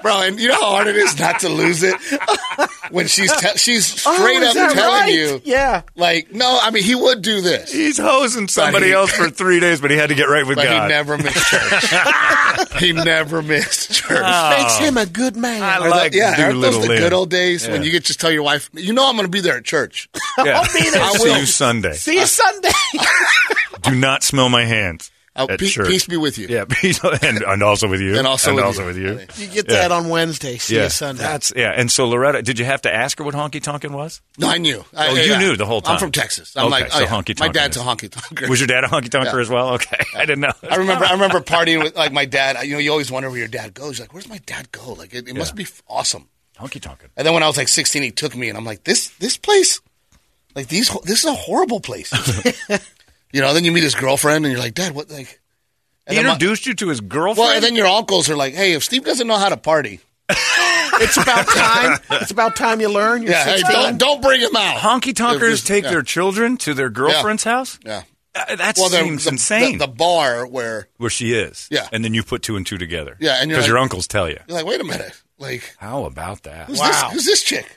S7: Bro, and you know how hard it is not to lose it when she's te- she's
S6: Oh,
S7: straight
S8: Oh, is
S7: up
S8: that
S7: telling
S8: right?
S7: you,
S8: Yeah.
S7: like, no, I mean, he would do this,
S6: He's hosing somebody
S7: he-
S6: else for three days, but he had to get right with
S7: but
S6: God.
S7: he never missed church. he never missed church.
S8: Makes him a good man.
S6: I
S7: Are tho-
S6: Oh, like
S7: yeah, aren't those
S6: Doolittle
S7: the
S6: Lynn.
S7: good old days when you get to tell your wife, you know, I'm going to be there at church.
S6: Yeah.
S8: I'll be there.
S6: I'll
S7: I
S6: see
S7: will.
S6: you Sunday.
S8: See you Sunday.
S6: Do not smell my hands
S7: Oh,
S6: at
S7: pe-
S6: church.
S7: peace be with you.
S6: Yeah, peace, and, and also with you,
S7: And also with you.
S8: you get that on Wednesday. See
S6: Yeah,
S8: you Sunday.
S6: that's yeah. And so Loretta, did you have to ask her what honky tonkin was?
S7: No, I knew. I,
S6: Oh, you knew the whole time.
S7: I'm from Texas. I'm
S6: Okay,
S7: like,
S6: so
S7: oh, yeah.
S6: honky-tonker.
S7: My dad's a honky tonker.
S6: Was your dad a honky tonker as well? Okay, I didn't know.
S7: I remember. I remember partying with like my dad. I- You know, you always wonder where your dad goes. You're like, where's my dad go? Like, it, it must be f- awesome.
S6: honky tonkin.
S7: And then when I was like 16, he took me, and I'm like, this this place, like these, ho- this is a horrible place. you know. Then you meet his girlfriend, and you're like, Dad, what? Like,
S6: He
S7: and then my-
S6: introduced you to his girlfriend.
S7: well, and then your uncles are like, Hey, if Steve doesn't know how to party,
S8: It's about time. It's about time you learn. You're
S7: yeah, hey,
S8: 16.
S7: don't don't bring him out.
S6: honky tonkers
S7: There's-
S6: take
S7: yeah.
S6: their children to their girlfriend's house.
S7: Yeah.
S6: Uh, that
S7: the-
S6: seems
S7: the,
S6: insane.
S7: The, the bar where
S6: Where she is.
S7: Yeah.
S6: and then you put two and two together.
S7: Yeah, and you're
S6: because
S7: like-
S6: your uncles tell you.
S7: you're like, wait a minute, like
S6: How about that?
S7: who's this? Who's this chick?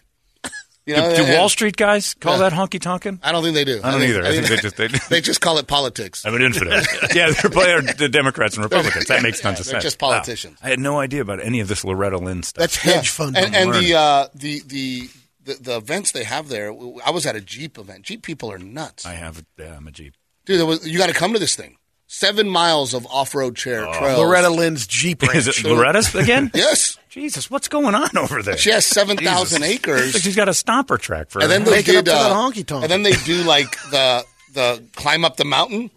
S7: You know,
S6: do
S7: and-
S6: Wall Street guys call
S7: Yeah.
S6: that honky tonkin?
S7: I don't think they do.
S6: I don't
S7: think-
S6: either. I think they just- they-
S7: they just call it politics.
S6: I'm an infidel. yeah, they're playing the Democrats and Republicans. That makes tons of
S7: They're
S6: sense.
S7: just
S6: Wow.
S7: politicians.
S6: I had no idea about any of this Loretta Lynn stuff.
S8: That's hedge fund.
S7: And, and
S6: learning.
S7: the, uh, the the the the events they have there. w- I was at a Jeep event. Jeep people are nuts,
S6: I have. Yeah, I'm a Jeep.
S7: dude. There was, you got to come to this thing. Seven miles of off road chair
S6: Oh.
S7: trails.
S8: Loretta Lynn's Jeep
S6: Is
S8: ranch.
S6: it Loretta's again?
S7: Yes,
S6: Jesus, what's going on over there?
S7: she has seven
S6: Jesus.
S7: thousand
S6: It's like
S7: acres.
S6: she's got a stomper track for
S7: And then
S6: her.
S7: they
S8: Make it up
S7: did
S8: to that
S7: uh,
S8: honky tonk.
S7: And then they do like the the climb up the mountain.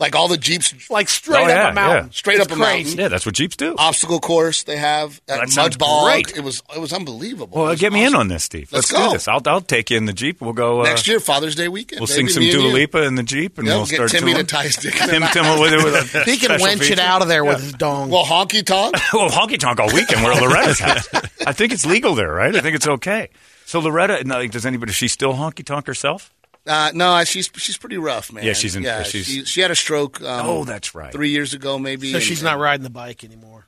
S7: like all the jeeps,
S8: like straight
S6: Oh, up a yeah, mountain. yeah.
S7: straight
S6: It's
S7: up a
S6: crazy.
S7: mountain.
S6: Yeah, that's what jeeps do.
S7: Obstacle course they have at
S6: That sounds
S7: mud bog.
S6: great.
S7: It was it was unbelievable.
S6: Well, uh,
S7: It was
S6: get me in
S7: awesome.
S6: on this, Steve. Let's,
S7: Let's go.
S6: do this. I'll, I'll take you in the Jeep. We'll go. Uh,
S7: Next year, Father's Day weekend.
S6: We'll
S7: baby,
S6: sing some
S7: me and
S6: Dua
S7: you.
S6: Lipa in the Jeep, and
S7: Yep,
S6: we'll
S7: get
S6: start
S7: Timmy
S6: touring.
S7: to tie his dick in
S6: Tim,
S7: the
S6: Tim, with, with a
S8: He can
S6: special
S8: wench it
S6: feature.
S8: out of there with his dong.
S7: Well, honky tonk.
S6: well, honky tonk all weekend. We're at Loretta's house. I think it's legal there, right? I think it's okay. So Loretta, and, like, does anybody? Does she still honky tonk herself?
S7: Uh, no, I- she's she's pretty rough, man.
S6: Yeah, she's in- she's-
S7: she, she had a stroke. Um,
S6: Oh, that's right.
S7: Three years ago, maybe.
S8: so
S7: and-
S8: she's not riding the bike anymore.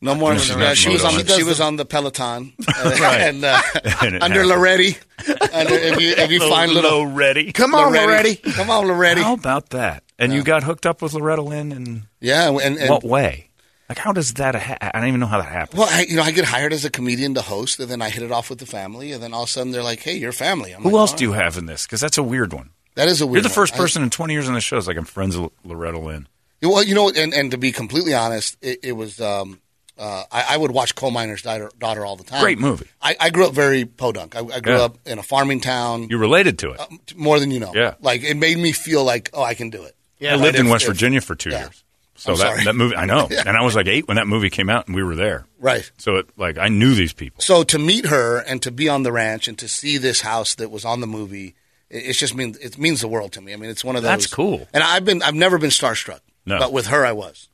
S7: No more.
S6: No,
S7: than
S6: she's
S7: that.
S6: not
S7: she was on.
S6: motorized.
S7: She was on the Peloton, uh,
S6: Right.
S7: and, uh,
S6: And it
S7: under
S6: happened.
S7: Loretti. Under, if you if you find little
S6: Loretta.
S8: Come on, Loretti.
S7: come on, Loretti.
S6: How about that? And you got hooked up with Loretta Lynn, and
S7: Yeah, and, and
S6: what way? Like, how does that? Ha- I don't even know how that happens.
S7: well, I, you know, I get hired as a comedian to host, and then I hit it off with the family, and then all of a sudden they're like, "Hey, you're family." I'm
S6: Who
S7: like,
S6: else
S7: "All
S6: do you have in this? Because that's a weird one.
S7: right." That is a Oh weird.
S6: You're the first
S7: one. I-
S6: person in 20 years on the show. It's like I'm friends with Loretta Lynn.
S7: well, you know, and, and to be completely honest, it, it was. Um, uh, I, I would watch Coal Miner's Daughter, Daughter all the time.
S6: Great movie.
S7: I, I grew up very podunk. I, I grew
S6: Yeah.
S7: up in a farming town. uh,
S6: You related to it.
S7: t- more than you know.
S6: Yeah.
S7: Like it made me feel like, oh, I can do it.
S6: I lived in
S7: if-
S6: West
S7: if-
S6: Virginia for two
S7: yeah.
S6: years. So
S7: I'm
S6: that,
S7: sorry.
S6: that movie, I know. And I was like eight when that movie came out, and we were there.
S7: Right.
S6: So it like I knew these people.
S7: So to meet her and to be on the ranch and to see this house that was on the movie, it, it just means it means the world to me. I mean, it's one of those.
S6: That's cool.
S7: And I've been I've never been starstruck.
S6: No.
S7: But with her, I was.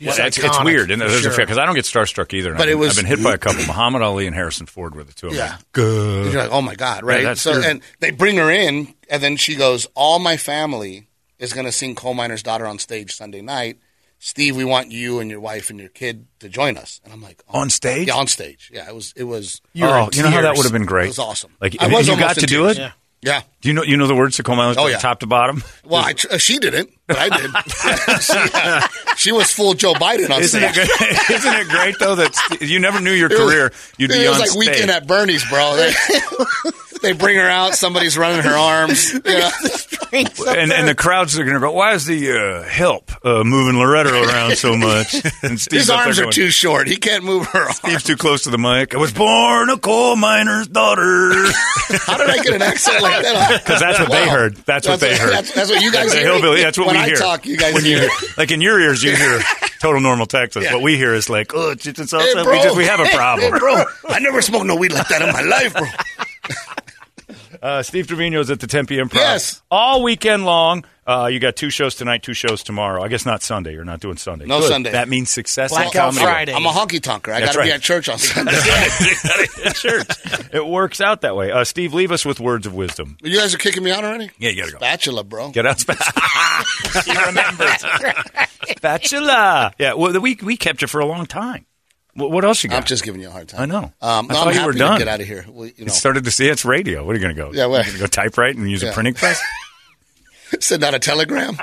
S8: She's
S6: it's, it's
S8: iconic,
S6: weird, and
S8: for
S6: there's a
S8: sure.
S6: fair because I don't get starstruck either. and
S7: But
S6: I've,
S7: it was-
S6: I've been hit by a couple. Muhammad Ali and Harrison Ford were the two. of them.
S7: Yeah. Good. You're like, oh my god, right?
S6: that's
S7: so
S6: good.
S7: and they bring her in, and then she goes, "All my family is going to sing Coal Miner's Daughter on stage Sunday night." Steve, we want you and your wife and your kid to join us. And I'm like, "Oh,
S6: On stage?
S7: Yeah, on stage. Yeah, it was it was.
S6: oh, you know how that
S8: tears.
S6: would have been great.
S7: It was awesome.
S6: Like
S7: I
S6: if
S7: was
S6: you
S7: almost
S6: got to
S7: in
S6: do
S7: tears.
S6: it.
S8: Yeah.
S7: Yeah.
S6: Do you know you know the words to Coal Miner's
S7: Oh,
S6: Daughter,
S7: yeah.
S6: top to bottom?
S7: Well, I tr- uh, she didn't, but I did. she, uh, she was full Joe Biden on
S6: Isn't
S7: stage.
S6: it, good- isn't it great though that st- you never knew your
S7: It was-
S6: career? You'd
S7: it
S6: be
S7: was
S6: on
S7: like
S6: stage.
S7: weekend at Bernie's, bro. They, they bring her out. Somebody's running her arms. You know?
S6: and, and the crowds are going to go, why is the uh, help uh, moving Loretta around so much? And Steve's
S7: His
S6: up there
S7: arms are
S6: going,
S7: too short. He can't move her
S6: Steve's
S7: arms.
S6: too close to the mic. I was born a coal miner's daughter.
S7: How did I get an accent like that?
S6: Because that's what they
S7: Wow.
S6: heard. That's, what they heard.
S7: That's, that's what you guys
S6: That's a
S7: hear.
S6: hillbilly. That's what
S7: when
S6: we
S7: I
S6: hear.
S7: talk, you guys
S6: When you
S7: hear.
S6: like in your ears, you hear total normal Texas.
S7: Yeah.
S6: What we hear is like, oh, it's, it's, it's
S7: Hey,
S6: we
S7: bro.
S6: just we have a
S7: Hey,
S6: problem.
S7: hey, bro. I never smoked no weed like that in my life, bro.
S6: Uh, Steve Trevino's at the Tempe Improv.
S7: Yes.
S6: All weekend long. Uh, you got two shows tonight, two shows tomorrow. I guess not Sunday. You're not doing Sunday.
S7: No
S6: Good.
S7: Sunday.
S6: That means success. in
S8: Blackout
S6: comedy.
S8: Friday.
S7: I'm a honky tonker. I got
S6: That's
S7: to be
S6: right.
S7: at church on Sunday.
S6: Sure. It works out that way. Uh, Steve, leave us with words of wisdom.
S7: You guys are kicking me out already?
S6: Yeah, you gotta go.
S7: Spatula, bro.
S6: Get out, he remembers. Spatula. Yeah. Well, we we kept you for a long time. What, what else you got?
S7: I'm just giving you a hard time.
S6: I know.
S7: Um,
S6: I
S7: no,
S6: thought
S7: I'm
S6: you were
S7: happy
S6: done.
S7: To get out of here. Well, you
S6: It
S7: know,
S6: Oh. started to see it's radio. What are you going to go?
S7: Yeah, well-
S6: You're gonna go typewrite and use a
S7: Yeah.
S6: printing press.
S7: send out a telegram.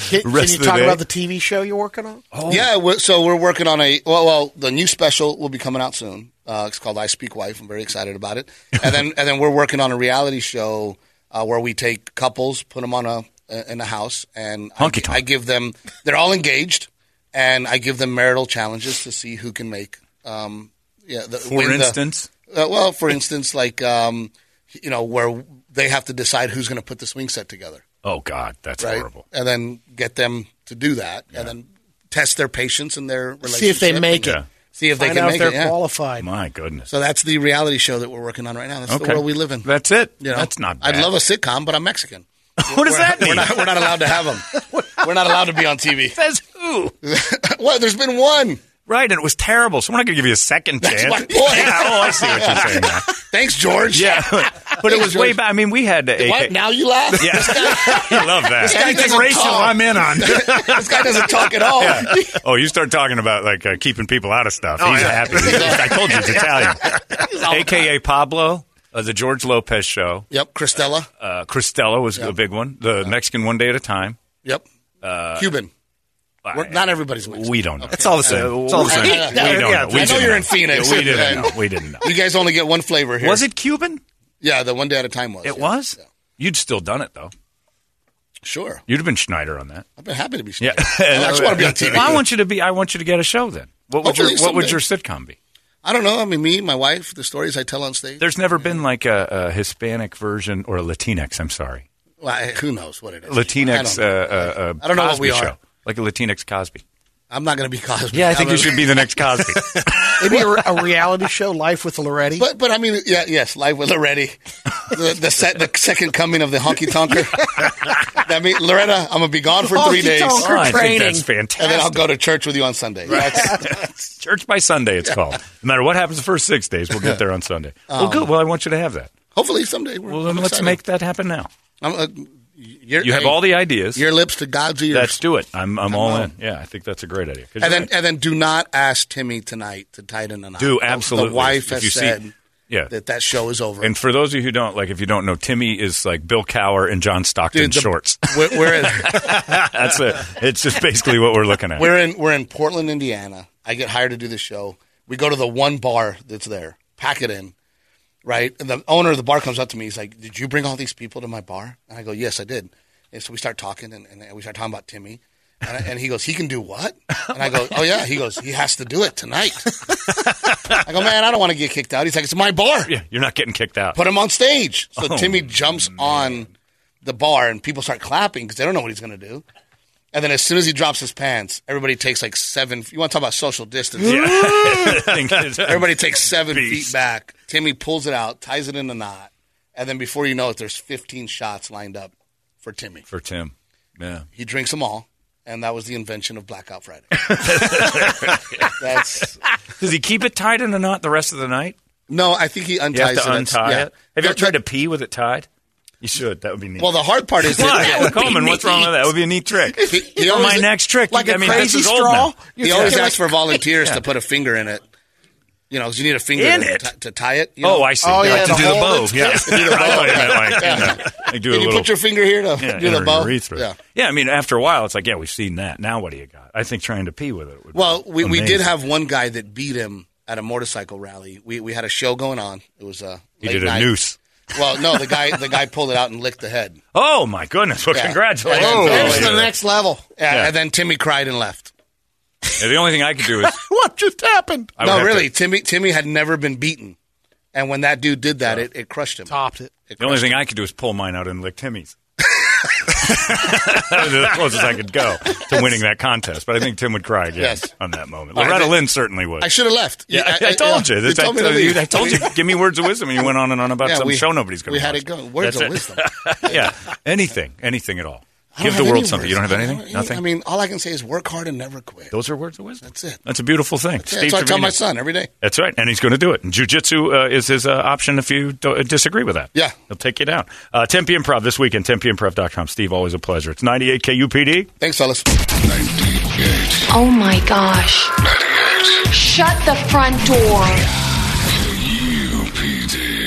S8: Can, can
S6: rest
S8: you
S6: of the
S8: talk
S6: day.
S8: about the TV show you're working on?
S6: Oh.
S7: Yeah. We're, so we're working on a well, well, the new special will be coming out soon. Uh, it's called I Speak Wife. I'm very excited about it. And then and then we're working on a reality show uh, where we take couples, put them on a in a house, and I,
S6: Honky tonk.
S7: I give them. They're all engaged, and I give them marital challenges to see who can make. Um, yeah, the,
S6: For
S7: win the-
S6: instance?
S7: Uh, well, for instance, like um, you know, where they have to decide who's going to put the swing set together,
S6: Oh God, that's
S7: right?
S6: horrible.
S7: And then get them to do that, and then test their patience and their relationship.
S8: See if they make it.
S6: Yeah.
S7: See if they
S8: Find
S7: can
S8: out
S7: make
S8: if they're
S7: it. yeah.
S8: qualified.
S6: My goodness.
S7: So that's the reality show that we're working on right now. That's the
S6: Okay.
S7: world we live in.
S6: That's it.
S7: You know?
S6: That's not.
S7: I'd
S6: bad.
S7: love a sitcom, but I'm Mexican.
S6: What does
S7: We're-
S6: that mean?
S7: We're not, we're not allowed to have them. we're not allowed to be on TV.
S6: Says who?
S7: well, there's been one.
S6: Right, and it was terrible. So we're not going to give you a second
S7: That's
S6: chance.
S7: my point.
S6: Yeah, oh, I see what you're saying. now.
S7: Thanks, George.
S6: Yeah, but it was way back. I mean, we had the
S7: What?
S6: AK.
S7: Now you laugh?
S6: Yeah, I love that.
S7: guy doesn't talk.
S6: in on.
S7: this guy doesn't talk at all.
S6: oh, you start talking about like uh, keeping people out of stuff. He's
S7: Oh, yeah.
S6: happy. I told you, he's Italian. AKA Pablo, uh, the George Lopez show.
S7: Yep, Christella.
S6: Uh, Cristela was a big one. The Mexican one day at a time.
S7: Yep. Cuban. We're- not everybody's Mexican.
S6: uh, We don't know. It's all the same. It's all the
S7: same.
S6: We don't know.
S7: Yeah,
S6: We
S7: I know
S6: didn't
S7: you're in Phoenix.
S6: Yeah, we didn't
S7: And-
S6: know. We didn't know.
S7: You guys only get one flavor here.
S6: Was it Cuban?
S7: Yeah, the one day at a time was.
S6: It
S7: yeah.
S6: was.
S7: Yeah.
S6: You'd still done it though.
S7: Sure.
S6: You'd have been Schneider on that.
S7: I've been happy to be.
S6: Yeah,
S7: I just want to be on TV.
S6: Well, I want you to be. I want you to get a show. Then what would your
S7: Hopefully
S6: What would
S7: someday.
S6: your sitcom be?
S7: I don't know. I mean, me, my wife, the stories I tell on stage.
S6: There's never been like a, a Hispanic version or a Latinx. I'm sorry.
S7: Well, I- who knows what it is?
S6: Latinx.
S7: I don't know.
S6: uh, uh, uh,
S7: I don't know what
S6: Cosby
S7: we are.
S6: Show, like a Latinx Cosby.
S7: I'm not going to be Cosby.
S6: Yeah, I think you should be the next Cosby.
S8: Maybe a, re- a reality show, Life with Loretti.
S7: But but I mean, yeah, yes, live with Loretti, the the, se- the second coming of the honky tonker. that mean, Loretta, I'm gonna be gone for three days,
S6: Honky-tonker Oh, I think training. that's fantastic.
S7: and then I'll go to church with you on Sunday. That's-
S6: Church by Sunday, it's called. No matter what happens the first six days, we'll get there on Sunday. well,
S7: Um,
S6: good. Well, I want you to have that.
S7: hopefully someday. We're,
S6: Well, then let's make that happen now.
S7: I'm, uh, you're-
S6: You have
S7: hey,
S6: all the ideas.
S7: Your lips to God's ears.
S6: Let's do it. I'm, I'm
S7: I'm
S6: all
S7: all-
S6: in. Yeah, I think that's a great idea. 'Cause
S7: and
S6: you're
S7: then and then do not ask Timmy tonight to tighten the knot.
S6: right. do
S7: uh, The-
S6: absolutely.
S7: The wife
S6: If
S7: has
S6: you see-
S7: said
S6: yeah.
S7: that that show is over.
S6: And for those of you who don't like, if you don't know, Timmy is like Bill Cower and John Stockton
S7: Dude, the-
S6: shorts.
S7: we're, we're in,
S6: that's it. It's just basically what we're looking at.
S7: we're in we're in Portland, Indiana. I get hired to do this show. We go to the one bar that's there. Pack it in, right? And the owner of the bar comes up to me. He's like, "Did you bring all these people to my bar?" And I go, "Yes, I did." And so we start talking, and, and we start talking about Timmy. And, I, and he goes, "He can do what?" And I go, "Oh yeah." He goes, "He has to do it tonight." I go, "Man, I don't want to get kicked out." He's like, "It's my bar."
S6: yeah, you're not getting kicked out.
S7: put him on stage. So
S6: Oh,
S7: Timmy jumps on the bar and people start clapping because they don't know what he's going to do. And then as soon as he drops his pants, everybody takes like seven. You want to talk about social distance? everybody takes seven feet back. Timmy pulls it out, ties it in a knot, and then before you know it, there's 15 shots lined up for Timmy.
S6: for Tim. Yeah.
S7: He drinks them all, and that was the invention of Blackout Friday. That's
S6: Does he keep it tied in a knot the rest of the night?
S7: no, I think he
S6: You
S7: unties
S6: have to
S7: it.
S6: untie
S7: Yeah.
S6: it. Have you ever tried to pee with it tied? You should. That would be neat.
S7: Well, the hard part is
S6: Why?
S7: that-
S6: Coleman, what's wrong with that? That would be a neat trick.
S7: He- he
S6: For
S7: always-
S6: my next trick,
S7: like
S6: I
S7: a
S6: mean, this
S7: crazy
S6: is old
S7: straw.
S6: now.
S7: He always asks for volunteers to put a finger in it. You know, 'cause you need a finger
S6: In
S7: to,
S6: it?
S7: ti- to tie it. You know?
S6: Oh, I see.
S8: Oh,
S6: Like
S8: yeah,
S6: to
S8: the
S6: do the
S8: whole-
S6: bow. Yeah. I
S7: do the bow.
S6: thought you meant like, you know, like do
S7: Can
S6: a
S7: you
S6: little,
S7: put your finger here to
S6: yeah,
S7: do the
S6: inner
S7: bow?
S6: urethra.
S7: Yeah.
S6: yeah, I mean, after a while, it's like, yeah, we've seen that. Now what do you got? I think trying to pee with it would be
S7: Well, we, we did
S6: amazing.
S7: have one guy that beat him at a motorcycle rally. We we had a show going on. It was a
S6: He
S7: late
S6: did a
S7: night.
S6: noose.
S7: Well, no, the guy the guy pulled it out and licked the head.
S6: Oh, my goodness. Well,
S7: Yeah.
S6: congratulations. Oh,
S7: And then-
S8: That's the next level.
S7: Yeah,
S6: Yeah.
S7: And then Timmy cried and left.
S6: Yeah, the only thing I could do is.
S8: What just happened?
S6: I would
S7: no,
S6: have
S7: really,
S6: to-
S7: Timmy Timmy had never been beaten, and when that dude did that, it, it crushed him.
S8: Topped it.
S7: It
S6: the only
S7: crushed
S6: thing I could do is pull mine out and lick Timmy's. that was the closest I could go to winning that contest. But I think Tim would cry again
S7: Yes.
S6: on that moment.
S7: All right,
S6: Loretta
S7: but-
S6: Lynn certainly would.
S7: I should have left.
S6: Yeah, I, I told you.
S7: You
S6: This, I,
S7: told me to
S6: told you
S7: leave.
S6: I told you. Give me words of wisdom, and you went on and on about
S7: Yeah,
S6: some
S7: we-
S6: show nobody's going to
S7: we had
S6: watch.
S7: it going. Words of
S6: That's it.
S7: wisdom.
S6: yeah, anything, anything at all.
S7: I don't
S6: Give the
S7: have any
S6: world something. You don't
S7: words.
S6: have anything.
S7: I any-
S6: Nothing.
S7: I mean, all I can say is work hard and never quit.
S6: those are words of wisdom.
S7: That's it.
S6: That's a beautiful thing.
S7: Yeah, that's what I tell my
S6: Trevino-
S7: son every day.
S6: That's right, and he's going to do it. And jujitsu uh, is his uh, option if you do- disagree with that.
S7: Yeah.
S6: he'll take you down. Uh, Tempe Improv this weekend. TempeImprov.com. Steve, always a pleasure. It's 98 KUPD.
S7: Thanks, fellas.
S2: 98.
S3: Oh my gosh.
S2: 98.
S3: Shut the front door.
S2: UPD.